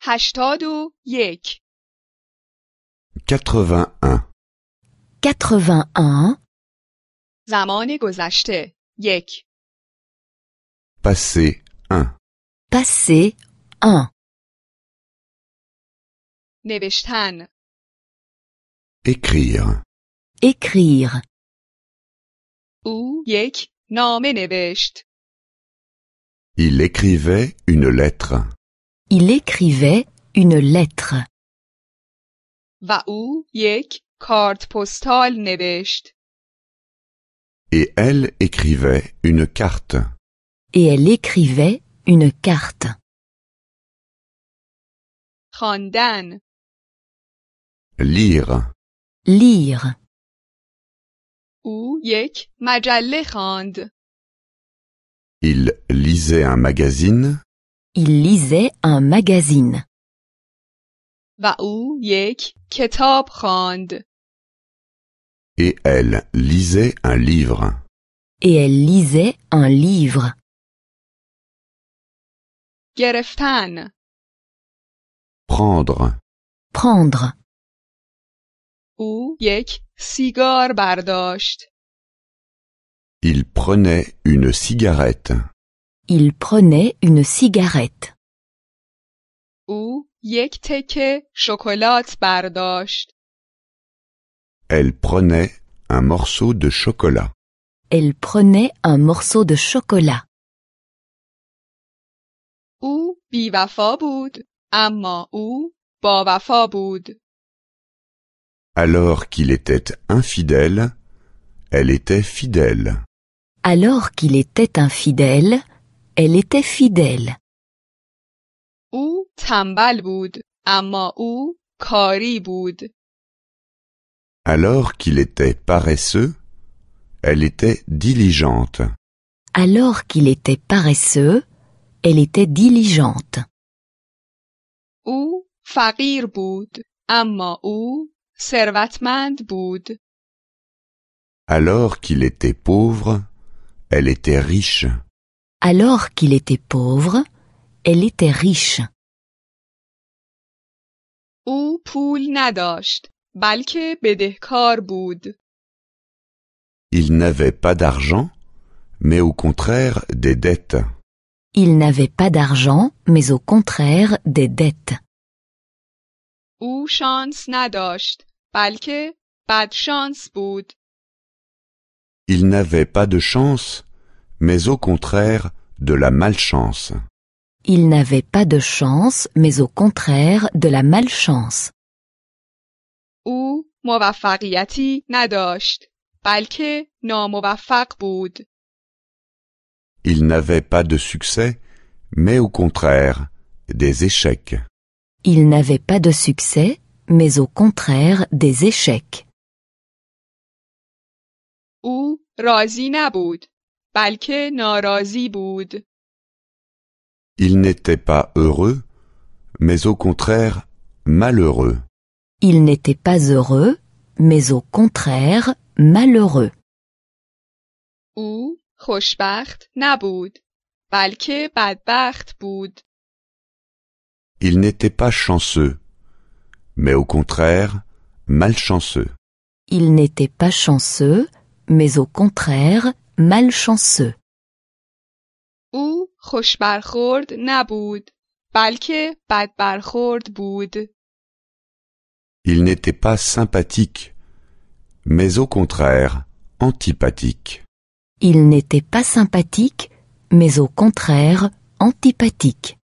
هشتاد و یک 81. 81. زمان گذشته یک Passé 1. Passé 1. نوشتن Écrire. Écrire. او یک نامه نوشت Il écrivait une lettre. Il écrivait une lettre. و او یک کارت پستال نوشت Et elle écrivait une carte. Et elle écrivait une carte. خواندن Lire. Lire. او یک مجله خواند Il lisait un magazine. Il lisait un magazine. و او یک کتاب خواند Et elle lisait un livre. Et elle lisait un livre. گرفتن Prendre. Prendre. او یک سیگار برداشت Il prenait une cigarette. Il prenait une cigarette. او یک تکه شکلات برداشت Elle prenait un morceau de chocolat. Elle prenait un morceau de chocolat. او بیوفا بود اما او باوفا بود Alors qu'il était infidèle, elle était fidèle. Alors qu'il était infidèle, elle était fidèle. او تنبل بود اما او کاری بود Alors qu'il était paresseux, elle était diligente. Alors qu'il était paresseux, elle était diligente. او فقیر بود اما او ثروتمند بود Alors qu'il était pauvre, elle était riche. Alors qu'il était pauvre, elle était riche. او پول نداشت بلکه بدهکار بود Il n'avait pas d'argent, mais au contraire des dettes. Il n'avait pas d'argent, mais au contraire des dettes. او شانس نداشت بلکه بدشانس بود Il n'avait pas de chance, mais au contraire de la malchance. Il n'avait pas de chance, mais au contraire de la malchance. او موفقیتی نداشت بلکه ناموفق بود Il n'avait pas de succès, mais au contraire des échecs. Il n'avait pas de succès, mais au contraire des échecs. او راضی نبود بلکه ناراضی بود Il n'était pas heureux, mais au contraire malheureux. Il n'était pas heureux, mais au contraire malheureux. او خوشبخت نبود بلکه بدبخت بود Il n'était pas chanceux, mais au contraire malchanceux. Il n'était pas chanceux, mais au contraire malchanceux. او خوش برخورد نبود بلکه بد برخورد بود Il n'était pas sympathique, mais au contraire antipathique. Il n'était pas sympathique, mais au contraire antipathique.